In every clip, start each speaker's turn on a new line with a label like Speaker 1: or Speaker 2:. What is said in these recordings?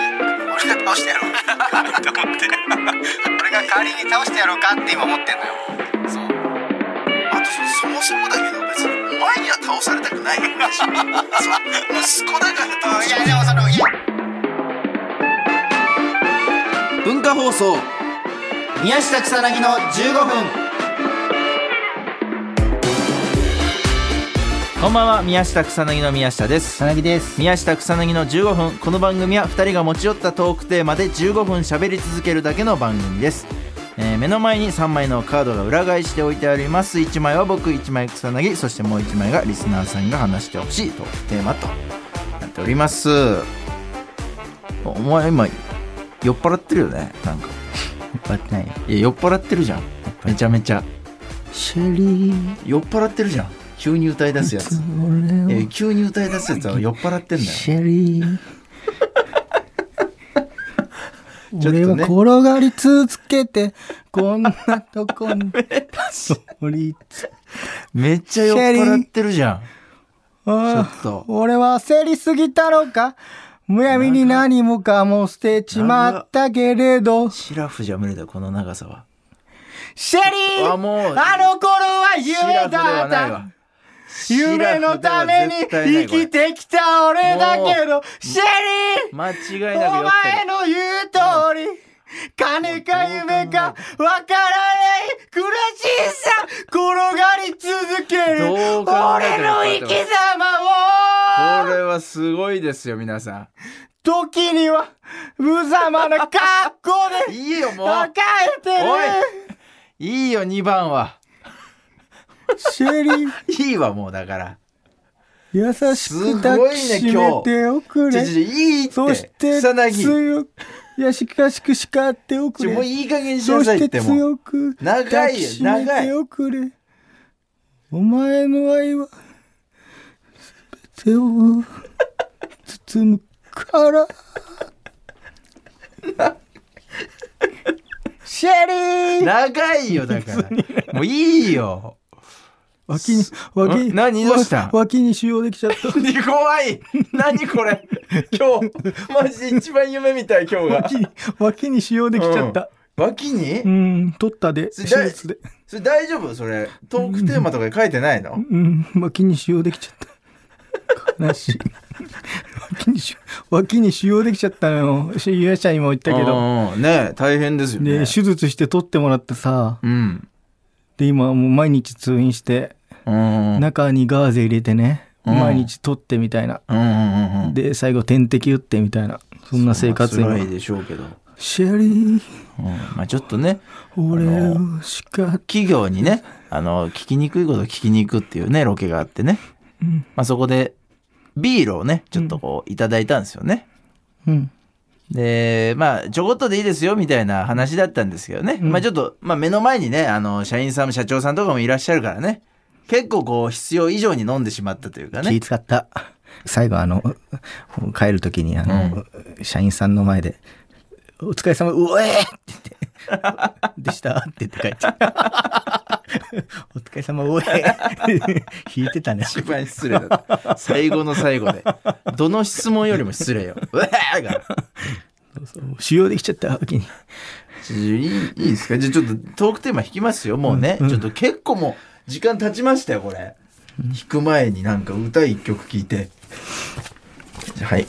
Speaker 1: してやろう と思って俺が代わりに倒してやろうかって今思ってんのよ
Speaker 2: そうあとそもそもだけど別にお前には倒されたくないよねそう息子だから倒
Speaker 1: い
Speaker 2: し
Speaker 1: やでもそのいや
Speaker 2: 文化放送
Speaker 1: 宮下草薙の15分
Speaker 3: こんばんは宮下草薙の宮下です
Speaker 1: 草薙です
Speaker 3: 宮下草薙の15分この番組は2人が持ち寄ったトークテーマで15分喋り続けるだけの番組です、えー目の前に3枚のカードが裏返して置いてあります1枚は僕1枚草薙そしてもう1枚がリスナーさんが話してほしいトークテーマとなっておりますお前今酔っ払ってるよねなんか
Speaker 1: 酔っ払ってないよ
Speaker 3: いや酔っ払ってるじゃんめちゃめちゃ
Speaker 1: シェリー
Speaker 3: 酔っ払ってるじゃん急に歌い出すやつ
Speaker 1: 俺
Speaker 3: え急に歌い出すやつは 酔っ払ってんだよ
Speaker 1: ェリー
Speaker 3: ちょっとね
Speaker 1: 俺は転がり続けて、こんなとこ に、降りつ
Speaker 3: めっちゃ酔っ払ってるじゃん
Speaker 1: あ
Speaker 3: ちょっと
Speaker 1: あ俺は焦りすぎたのかむやみに何もかも捨てちまったけれど、
Speaker 3: シラフじゃ無理だよこの長さは
Speaker 1: シェリー
Speaker 3: あもう
Speaker 1: あの頃は
Speaker 3: シラ
Speaker 1: 夢
Speaker 3: フでは
Speaker 1: だ
Speaker 3: な
Speaker 1: っ
Speaker 3: い
Speaker 1: た
Speaker 3: わ
Speaker 1: 夢のために生きてきた俺だけど、シェリー
Speaker 3: 間違いなく
Speaker 1: お
Speaker 3: 酔って
Speaker 1: 前
Speaker 3: る
Speaker 1: の言う通り、金か夢かわからない苦しさ、転がり続ける
Speaker 3: どう考え
Speaker 1: 俺
Speaker 3: ても
Speaker 1: の生き様を
Speaker 3: これはすごいですよ皆さ
Speaker 1: 時には無様な格好
Speaker 3: ん
Speaker 1: で
Speaker 3: いいよもう
Speaker 1: 抱えてる
Speaker 3: いいよ2番は
Speaker 1: シェリー
Speaker 3: いいわもうだから
Speaker 1: 優しく抱きしめておく
Speaker 3: ちょ
Speaker 1: れ、
Speaker 3: ちょいいって
Speaker 1: そして
Speaker 3: 草薙
Speaker 1: 強く優しく叱っておく
Speaker 3: ちょもう
Speaker 1: れ
Speaker 3: いい加減にし
Speaker 1: そ
Speaker 3: なさい
Speaker 1: し
Speaker 3: って
Speaker 1: て
Speaker 3: もう
Speaker 1: 強く
Speaker 3: 長いよ
Speaker 1: 抱きしめておくれお前の愛は全てを包むからシェリー
Speaker 3: 長いよだからもういいよ
Speaker 1: 脇に、脇に。
Speaker 3: ん何どうした
Speaker 1: わ脇に腫瘍できちゃった。
Speaker 3: 怖い何これ今日マジで一番夢みたい今日が
Speaker 1: 脇に、脇に腫瘍できちゃった。
Speaker 3: 脇に
Speaker 1: うん、取ったで、手
Speaker 3: それ誰
Speaker 1: 術で。
Speaker 3: それ大丈夫それトークテーマとかに書いてないの
Speaker 1: うん、脇に腫瘍できちゃった。悲しい。脇に腫脇に腫瘍できちゃったの。しゆやちゃんにも言ったけど。
Speaker 3: うんうんねえ大変ですよね
Speaker 1: で、手術して取ってもらってさ。
Speaker 3: うん
Speaker 1: で、今もう毎日通院して、
Speaker 3: うんうん
Speaker 1: 中にガーゼ入れてね、
Speaker 3: うん
Speaker 1: 毎日取ってみたいな。
Speaker 3: うんうんうん
Speaker 1: で、最後点滴打ってみたいな。そんな生活
Speaker 3: 辛い
Speaker 1: 今。
Speaker 3: でしょうけど、うん
Speaker 1: シェリー。
Speaker 3: まあ、ちょっとね
Speaker 1: 俺を叱っ
Speaker 3: 企業にねあの聞きにくいこと聞きに行くっていうねロケがあってね、
Speaker 1: うん
Speaker 3: まあ、そこでビールをねちょっとこういただいたんですよね、
Speaker 1: うん
Speaker 3: で、まあ、ちょこっとでいいですよ、みたいな話だったんですけどね。
Speaker 1: うん
Speaker 3: まあ、ちょっと、まあ、目の前にね、あの、社員さん、社長さんとかもいらっしゃるからね。結構こう、必要以上に飲んでしまったというかね
Speaker 1: 気。使った最後あの帰る時にあの、社員さんの前で「お疲れ様うおえ!」って言って「でした」って言 って帰っちゃった「お疲れ様うおえ!」引いてたね
Speaker 3: 一番失礼だった。最後の最後で。どの質問よりも失礼よ。うわーが。
Speaker 1: 使用できちゃった時に
Speaker 3: ちょいいいいですかじゃあちょっとトークテーマ引きますよ、もうね。ちょっと結構もう、時間経ちましたよ、これ。弾く前になんか歌一曲聴いて。じゃあはい。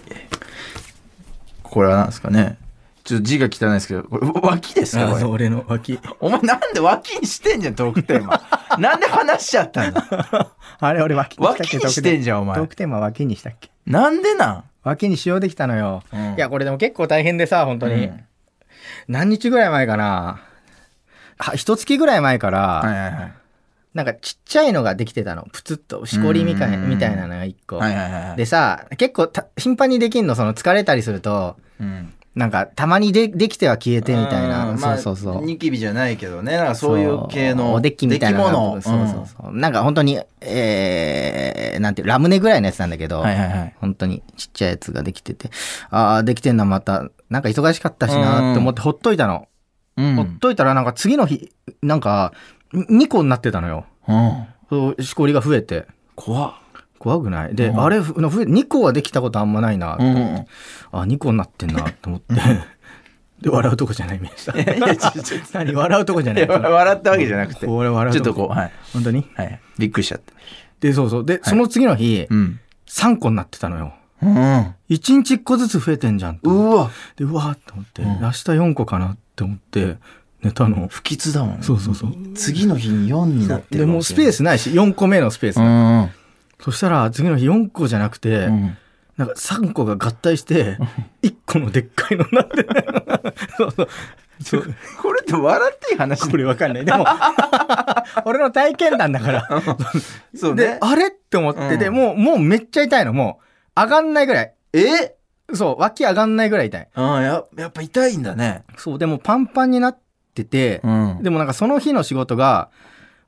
Speaker 3: これは何ですかね。ちょっと字が汚いですけど、これ脇ですかこれ。
Speaker 1: 俺の脇
Speaker 3: お前なんで脇にしてんじゃん、トークテー マ。なんで話しちゃったの
Speaker 1: あれ俺脇にしたっけ
Speaker 3: 脇にしてんじゃんお前
Speaker 1: トークテーマ脇にしたっけ
Speaker 3: なんでなん
Speaker 1: 脇に使用できたのよ、
Speaker 3: うん
Speaker 1: いやこれでも結構大変でさ本当に、
Speaker 3: うん
Speaker 1: 何日ぐらい前かなは一月ぐらい前から、
Speaker 3: はいはいはい。
Speaker 1: なんかちっちゃいのができてたの。プツッと、しこりみたい
Speaker 3: うん
Speaker 1: みたいなのが一個。
Speaker 3: はいはいはいはい。
Speaker 1: でさ、結構た頻繁にできんの、その疲れたりすると、
Speaker 3: うん、
Speaker 1: なんかたまにでできては消えてみたいな。
Speaker 3: ん
Speaker 1: そうそうそう。
Speaker 3: まあニキビじゃないけどね、なんかそういう系
Speaker 1: そう
Speaker 3: の。
Speaker 1: おデッキみたいなの
Speaker 3: 出来物を。
Speaker 1: そうそうそう。なんか本当に、えー、なんていう、ラムネぐらいのやつなんだけど、
Speaker 3: はいはいはい。
Speaker 1: 本当にちっちゃいやつができてて、ああ、できてんな、また。なんか忙しかったしなって思ってほっといたの。
Speaker 3: うん
Speaker 1: ほっといたらなんか次の日、なんか2個になってたのよ。
Speaker 3: うん。
Speaker 1: そうしこりが増えて。
Speaker 3: 怖っ。
Speaker 1: 怖くないで、
Speaker 3: うん
Speaker 1: あれふなふ2個はできたことあんまない な、
Speaker 3: うん。
Speaker 1: あ2個になってんなと思って で笑うとこじゃない宮下
Speaker 3: いやちょちょ
Speaker 1: 何笑うとこじゃない
Speaker 3: いや 笑ったわけじゃなくて
Speaker 1: 俺笑う
Speaker 3: ちょっとこうはい
Speaker 1: 本当に
Speaker 3: はいびっくりしちゃって
Speaker 1: でそうそうで、その次の日
Speaker 3: うん
Speaker 1: 3個になってたのよ
Speaker 3: うん
Speaker 1: 1日1個ずつ増えてんじゃんと思って
Speaker 3: うわ
Speaker 1: でうわーって思って、
Speaker 3: うん
Speaker 1: 明日4個かなって思って寝たの
Speaker 3: 不吉だもん
Speaker 1: そうそうそう
Speaker 3: 次の日に4になって
Speaker 1: で
Speaker 3: る
Speaker 1: もうスペー
Speaker 3: ス
Speaker 1: スないし4個目のスペース、
Speaker 3: うん
Speaker 1: そしたら次の日4個じゃなくて、
Speaker 3: うん
Speaker 1: なんか3個が合体して1個のでっ かいのになってそうそうそう
Speaker 3: これって笑っていい話
Speaker 1: これわかんない。でも、 俺の体験談だから。
Speaker 3: そう
Speaker 1: で
Speaker 3: ね、
Speaker 1: あれって思って、で、
Speaker 3: うん
Speaker 1: もう、もうめっちゃ痛いの。もう、上がんないぐらい。
Speaker 3: え
Speaker 1: そう、脇上がんないぐらい痛い。
Speaker 3: ああややっぱ痛いんだね
Speaker 1: そう、でもパンパンになってて、
Speaker 3: ん
Speaker 1: でもなんかその日の仕事が、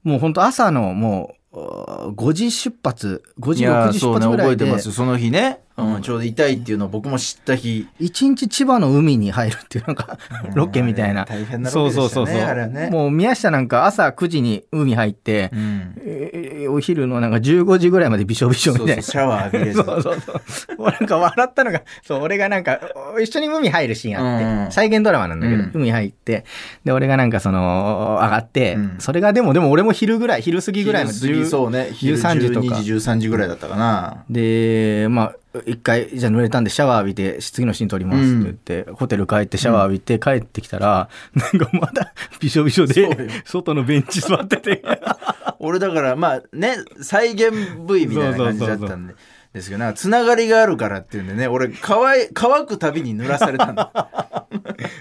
Speaker 1: もう本当朝のもう、うー5時出発、5
Speaker 3: い
Speaker 1: 時、
Speaker 3: や
Speaker 1: 6
Speaker 3: ー
Speaker 1: 時
Speaker 3: そ
Speaker 1: 出
Speaker 3: うね
Speaker 1: 発ぐ
Speaker 3: 覚
Speaker 1: ら
Speaker 3: え
Speaker 1: いで、
Speaker 3: てますよその日ね、
Speaker 1: うん
Speaker 3: うん、ちょうど痛いっていうのを僕も知った日
Speaker 1: 一日千葉の海に入るっていうなんか、ロケみたいな。
Speaker 3: 大変な
Speaker 1: そ
Speaker 3: ロ
Speaker 1: う
Speaker 3: ケ
Speaker 1: そ
Speaker 3: でし
Speaker 1: う
Speaker 3: た
Speaker 1: そうそ
Speaker 3: ねあれは
Speaker 1: う、
Speaker 3: ね
Speaker 1: もう宮下なんか朝9時に海入って、
Speaker 3: うん
Speaker 1: えーお昼のなんか15時ぐらいまでびしょびし
Speaker 3: そ
Speaker 1: ょ
Speaker 3: う
Speaker 1: み
Speaker 3: そ
Speaker 1: たいな
Speaker 3: う。シャワー浴びれず
Speaker 1: そうそうそう。俺なんか笑ったのが、そう、俺がなんか、お一緒に海入るシーンあって、
Speaker 3: うん
Speaker 1: 再現ドラマなんだけど、
Speaker 3: うん
Speaker 1: 海入って、で、俺がなんかその、上がって、
Speaker 3: うん
Speaker 1: それがでも、でも俺も昼ぐらい、昼過ぎぐらいまで
Speaker 3: 昼過ぎそうね昼
Speaker 1: 13時とか
Speaker 3: 12時13時ぐらいだったかな
Speaker 1: で、まあ、一回、じゃあ濡れたんでシャワー浴びて、次のシーン撮りますって言って、ホテル帰ってシャワー浴びて帰ってきたら、なんかまだ びしょびしょ
Speaker 3: そう
Speaker 1: で
Speaker 3: よ、
Speaker 1: 外のベンチ座ってて。
Speaker 3: 俺だからまあね再現部位みたいな感じだったんでですけどなんかつながりがあるからっていうんでね俺乾い乾くたびに濡らされたんだ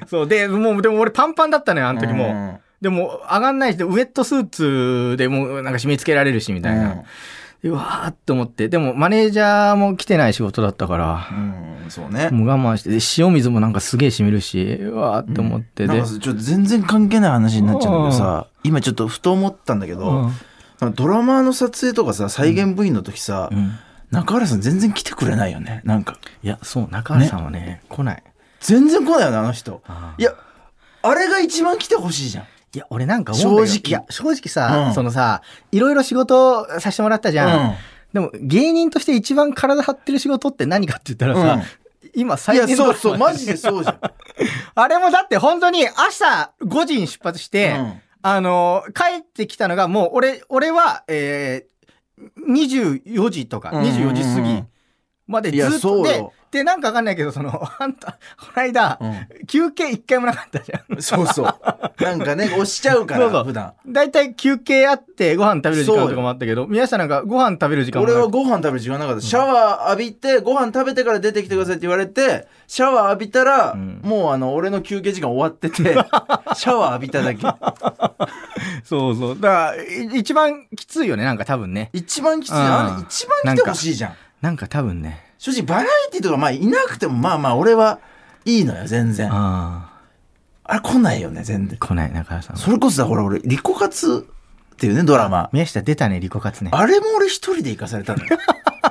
Speaker 1: そう、で、もう、でも俺パンパンだったのよ、あの時も。
Speaker 3: うん
Speaker 1: でも上がんないしでウエットスーツでもうなんか締め付けられるしみたいな、うわーっと思ってでもマネージャーも来てない仕事だったから、
Speaker 3: うん、うん、そうね
Speaker 1: もう我慢してで塩水もなんかすげえ染みるしうわーって思って
Speaker 3: なん
Speaker 1: で、
Speaker 3: かちょっと全然関係ない話になっちゃうんだけどさ今ちょっとふと思ったんだけど、
Speaker 1: うん
Speaker 3: なんかドラマーの撮影とかさ再現部員の時さ、
Speaker 1: うん
Speaker 3: 中原さん全然来てくれないよねなんか
Speaker 1: いやそう中原さんはね来ない
Speaker 3: 全然来ないよねあの人
Speaker 1: あー
Speaker 3: いやあれが一番来てほしいじゃん
Speaker 1: いや俺なんか思うんだけど
Speaker 3: 正直
Speaker 1: いや正直さ、
Speaker 3: うん
Speaker 1: そのさいろいろ仕事させてもらったじゃん、でも芸人として一番体張ってる仕事って何かって言ったらさ、今
Speaker 3: うん、い
Speaker 1: 最
Speaker 3: や
Speaker 1: 近
Speaker 3: そうそうマジでそうじゃん、
Speaker 1: あれもだって本当に朝5時に出発して、
Speaker 3: うん
Speaker 1: あのー帰ってきたのがもう俺、俺は、えー、24時とか、
Speaker 3: うんうんうん
Speaker 1: 24時過ぎまで
Speaker 3: いや
Speaker 1: ずっ
Speaker 3: そ
Speaker 1: と
Speaker 3: う
Speaker 1: で
Speaker 3: よ、
Speaker 1: で、なんかわかんないけど、その、あんた、この間、休憩一回もなかったじゃ
Speaker 3: うんそうそうなんかね押しちゃうから
Speaker 1: そうそう
Speaker 3: 普段
Speaker 1: ん。だいたい休憩あってご飯食べる時間とかもあったけど、宮下なんかご飯食べる時間も
Speaker 3: 俺
Speaker 1: な
Speaker 3: は
Speaker 1: く
Speaker 3: ご飯食べる時間なかったシャワー浴びてご飯食べてから出てきてくださいって言われてシャワー浴びたら、
Speaker 1: うん
Speaker 3: もうあの俺の休憩時間終わって てシャワー浴びただけ
Speaker 1: そうそう。だから、い一番きついよね、なんか多分ね。
Speaker 3: 一番きつい、
Speaker 1: うん
Speaker 3: あれ一番来てほしいじゃん
Speaker 1: なんか多分ね。
Speaker 3: 正直バラエティとかまあいなくてもまあまあ俺はいいのよ全然あ
Speaker 1: あ
Speaker 3: れ来ないよね全然
Speaker 1: あ、来ない、中原さん。
Speaker 3: それこそだほら俺「リコカツ」っていうねドラマ
Speaker 1: 宮下出たね、リコカツね。
Speaker 3: あれも俺一人で行かされたの よ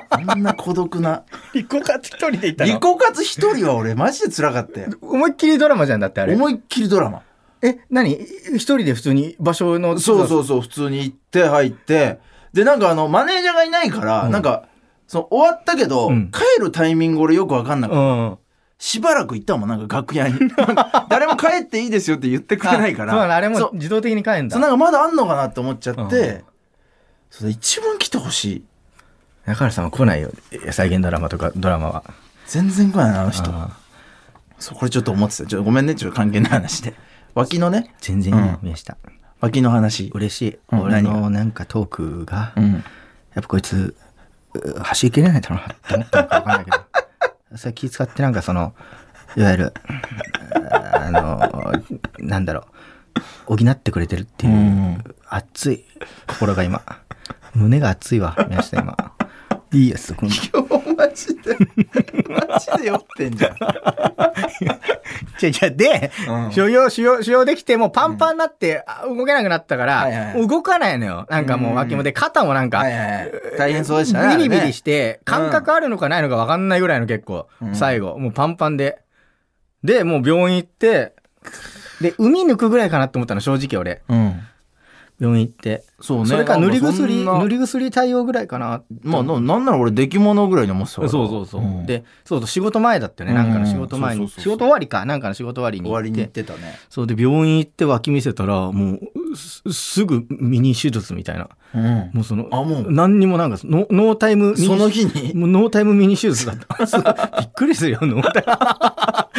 Speaker 3: あんな孤独な
Speaker 1: リコカツ一人で行っ
Speaker 3: リコカツ一人は俺マジで辛かったよ
Speaker 1: 思いっきりドラマじゃんだってあれ。
Speaker 3: 思いっきりドラマ
Speaker 1: え、何一人で普通に場所の。
Speaker 3: そうそうそう普通に行って入ってでなんかあのマネージャーがいないから、
Speaker 1: うん
Speaker 3: なんかその終わったけど、
Speaker 1: うん
Speaker 3: 帰るタイミング俺よく分かんなくて
Speaker 1: うん。
Speaker 3: しばらく行ったもん、なんか楽 屋に。なんか誰も帰っていいですよって言ってくれないから。
Speaker 1: そうなのあれ
Speaker 3: そ
Speaker 1: も
Speaker 3: う
Speaker 1: 自動的に帰るん
Speaker 3: そ
Speaker 1: だ
Speaker 3: う。なんかまだあんのかなって思っちゃって、
Speaker 1: うん
Speaker 3: それ一番来てほしい。
Speaker 1: 中原さんは来ないよ。再現ドラマとかドラマは。
Speaker 3: 全然来ないな、あの人。
Speaker 1: あー
Speaker 3: そう、これちょっと思ってた。ちょっとごめんね、ちょっと関係ない話 で。脇のね、
Speaker 1: 全然いいよ
Speaker 3: うん
Speaker 1: 宮下。
Speaker 3: 脇の話。
Speaker 1: 嬉しい。
Speaker 3: うん
Speaker 1: 俺
Speaker 3: 何
Speaker 1: のなんかトークが、
Speaker 3: う
Speaker 1: やっ
Speaker 3: ん。
Speaker 1: ぱこいつ、う走り切れないだろうなって思ったのかわかんない けど。それ気遣ってなんかその、いわゆる、あの、なんだろう、補ってくれてるっていうう。
Speaker 3: ん。
Speaker 1: 熱い心が今胸が熱いわ宮下今いいやつこの
Speaker 3: 今日マジで、マジで酔ってんじゃ ん。
Speaker 1: じゃじゃで、
Speaker 3: うん
Speaker 1: 所要使用使用できてもうパンパンになって、あ動けなくなったから、
Speaker 3: はいはいはい
Speaker 1: 動かないのよなんかもう脇もで肩もなんか、
Speaker 3: はいはいはい。大変そうでしたね。あれ
Speaker 1: ビリ
Speaker 3: ね
Speaker 1: ビリして感覚あるのかないのか分かんないぐらいの結構、
Speaker 3: うん
Speaker 1: 最後もうパンパンででもう病院行ってで海抜くぐらいかなって思ったの正直俺
Speaker 3: うん。
Speaker 1: 病院行って。
Speaker 3: そうね
Speaker 1: それか塗り薬、
Speaker 3: なんかそんな
Speaker 1: 塗り薬対応ぐらいかな。
Speaker 3: まあななんなら俺出来物ぐらいに思ってた
Speaker 1: そうそうそう。
Speaker 3: で
Speaker 1: で、そうそう、仕事前だったよね。なんかの仕事前
Speaker 3: うん
Speaker 1: に。
Speaker 3: そうそうそう
Speaker 1: 仕事終わりか。なんかの仕事終わりに
Speaker 3: 終
Speaker 1: 行
Speaker 3: わ
Speaker 1: っ
Speaker 3: り
Speaker 1: て。
Speaker 3: に行ってたね
Speaker 1: そうで、病院行って脇見せたら、もう、すすぐミニ手術みたいな。
Speaker 3: うん
Speaker 1: もうその、
Speaker 3: あもう
Speaker 1: 何にもなんか、ノノータイムミニ
Speaker 3: その日 に
Speaker 1: もうノータイムミニ手術だった。 そうびっくりするよ、ノータイ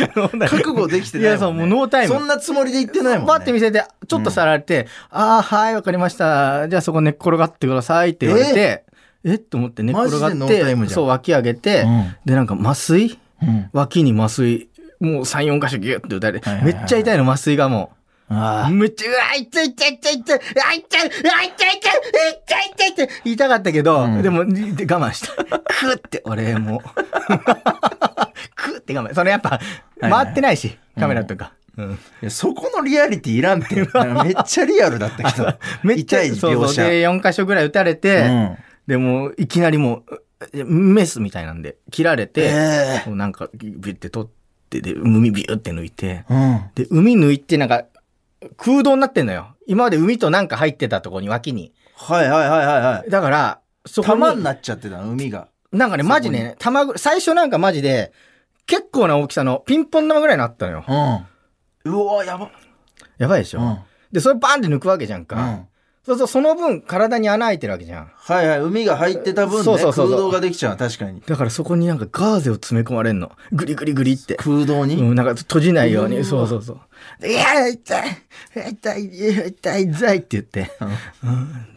Speaker 1: ム。ノータイム
Speaker 3: 覚悟できてないもん、ね、
Speaker 1: いやそうもうノータイム
Speaker 3: そんなつもりで言ってないもん、ね、
Speaker 1: パッて見せて、ちょっと触られて、ああ、はい、わかりました。じゃあそこ寝っ転がってくださいって言われて、えっと思って寝っ転が
Speaker 3: マジでノ
Speaker 1: っ
Speaker 3: ータイム
Speaker 1: て、
Speaker 3: じゃん
Speaker 1: そう、脇上げて、
Speaker 3: うん
Speaker 1: で、なんか麻酔
Speaker 3: うん
Speaker 1: 脇に麻酔、もう3、4箇所ギュッて打たれて
Speaker 3: はいはい
Speaker 1: め
Speaker 3: はい
Speaker 1: っちゃ痛いの、麻酔がもう。
Speaker 3: ああ
Speaker 1: めっちゃ、うわ、痛い痛い痛い痛い、うわ、痛い、うわ、痛い痛い、痛い痛い痛い、痛かったけど、
Speaker 3: うん
Speaker 1: でも、にで我慢した。くって、俺もう。くって我慢。そのやっぱ、
Speaker 3: いはい
Speaker 1: 回ってないし、カメラとか。うん
Speaker 3: いやそこのリアリティいらんってめっちゃリアルだった けど
Speaker 1: めっちゃ
Speaker 3: 痛い描写
Speaker 1: そうそうで、4箇所ぐらい打たれて、
Speaker 3: うん
Speaker 1: でもう、いきなりもう、メスみたいなんで、切られて、
Speaker 3: ええ
Speaker 1: こうなんか、ビュって取って、で、海ビュって抜いて、
Speaker 3: うん
Speaker 1: で、海抜いて、なんか、空洞になってんのよ。今まで海となんか入ってたとこに、脇に。
Speaker 3: はいはいはいはいはい
Speaker 1: だから、そこ
Speaker 3: 玉に
Speaker 1: に、
Speaker 3: なっちゃってたの海が
Speaker 1: なんかね、
Speaker 3: そこに
Speaker 1: マジね、玉ぐ、最初なんかマジで、結構な大きさのピンポン玉ぐらいのあったのよ。
Speaker 3: うんうわやば
Speaker 1: やばいでしょ、
Speaker 3: うん
Speaker 1: で、それバーンって抜くわけじゃん
Speaker 3: う
Speaker 1: か。
Speaker 3: ん
Speaker 1: そうそう、その分体に穴開いてるわけじゃん。
Speaker 3: はいはい海が入ってた分ね
Speaker 1: そうそうそうそう
Speaker 3: 空洞ができちゃう確かに
Speaker 1: だからそこになんかガーゼを詰め込まれんの。グリグリグリって。
Speaker 3: 空洞に、
Speaker 1: うん、なんか閉じないよう
Speaker 3: うわ
Speaker 1: に。そうそうそう。いや、痛い痛い痛い痛いって言って。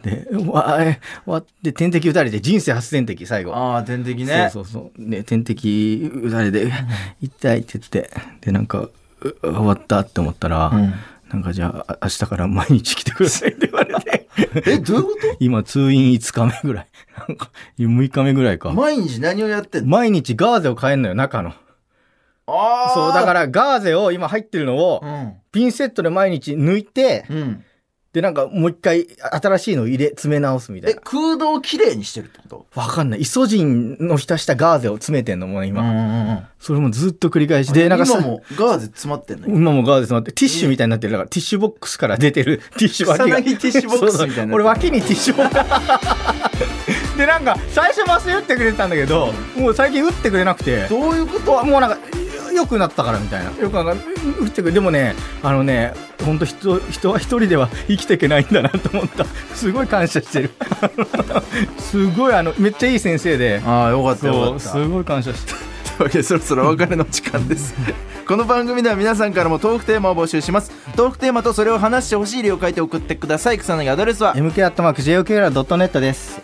Speaker 1: うんで、わえわで、点滴打たれて、人生初点滴、最後。
Speaker 3: ああ天敵ね
Speaker 1: そうそうそう。で、点滴打た れて、痛いって言って、で、なんか、う終わったって思ったら、
Speaker 3: うん
Speaker 1: なんかじゃあ、あ明日から毎日来てくださいって言われて、
Speaker 3: えどういうこ
Speaker 1: 今、通院5日目ぐらい。なんか、6日目ぐらい
Speaker 3: と
Speaker 1: か。
Speaker 3: 毎日何をやってんの
Speaker 1: 毎日ガーゼを変えんのよ、中の。
Speaker 3: ああ
Speaker 1: そう、だかららガーゼを、今入ってるのを、ピンセットで毎日抜いて
Speaker 3: う、ん、うん、
Speaker 1: で、なんかもう一回、新しいのを入れ、詰め直すみた
Speaker 3: え
Speaker 1: いな。
Speaker 3: 空洞をきれいにしてるってこと
Speaker 1: わかんない。イソジンの浸したガーゼを詰めてんのもね、今。
Speaker 3: んうん
Speaker 1: それもずっと繰り返しで、なんかさ
Speaker 3: 今もガーゼ詰まってんの
Speaker 1: 今もガーゼスなって、ティッシュみたいになってる。だから、ティッシュボックスから出てるティッシュ脇が。
Speaker 3: 草薙ティッシュボックスみたいになってる
Speaker 1: そうそう俺、脇にティッシュボック ス。で、なんか、最初麻酔打ってくれてたんだけど、もう最近打ってくれなくて、
Speaker 3: どういうこ
Speaker 1: あもうなんか、良くなったからみたいな。よくなんか、打ってくれ。でもね、あのね、ほんと人、人は一人では生きていけないんだなと思った。すごい感 謝してる。すごい、あの、めっちゃいい先生で
Speaker 3: と。ああよかったよ
Speaker 1: そ
Speaker 3: か
Speaker 1: う、
Speaker 3: った
Speaker 1: すごい感謝してる。
Speaker 3: というわけでそろそろお別れの時間 ですこの番組では皆さんからもトークテーマを募集しますトークテーマとそれを話してほしい理由を書いて送ってください草薙アドレスは
Speaker 1: mk.jokr.net です。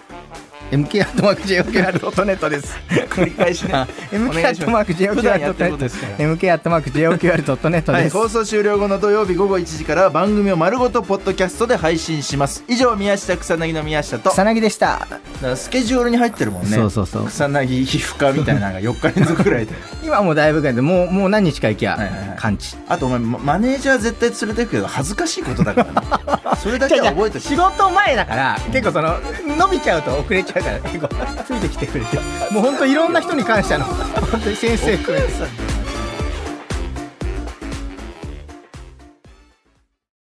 Speaker 1: mk.jokr.net です。
Speaker 3: 繰り返しね お願いします
Speaker 1: mk.jokr.net
Speaker 3: 普段やってることですから
Speaker 1: mk.jokr.net
Speaker 3: はい、
Speaker 1: です。
Speaker 3: 放送終了後の土曜日午後1時からは番組を丸ごとポッドキャストで配信します以上宮下草薙の宮下と
Speaker 1: 草薙でした。
Speaker 3: スケジュールに入ってるもんね
Speaker 1: そうそうそう
Speaker 3: 草薙皮膚科みたいなのが4日連続ぐらい で
Speaker 1: 今はもうだいぶぐらいで、もう、もう何日か行き
Speaker 3: はいはいはい、
Speaker 1: ゃ完治。
Speaker 3: あとお前ママネージャー絶対連れてくけど恥ずかしいことだから ねそれだけは覚えて
Speaker 1: 仕事前だから、結構その、伸びちゃうと遅れちゃうから、結構、ついてきてくれて。もう本当いろんな人に感謝の、本当に先生含めて。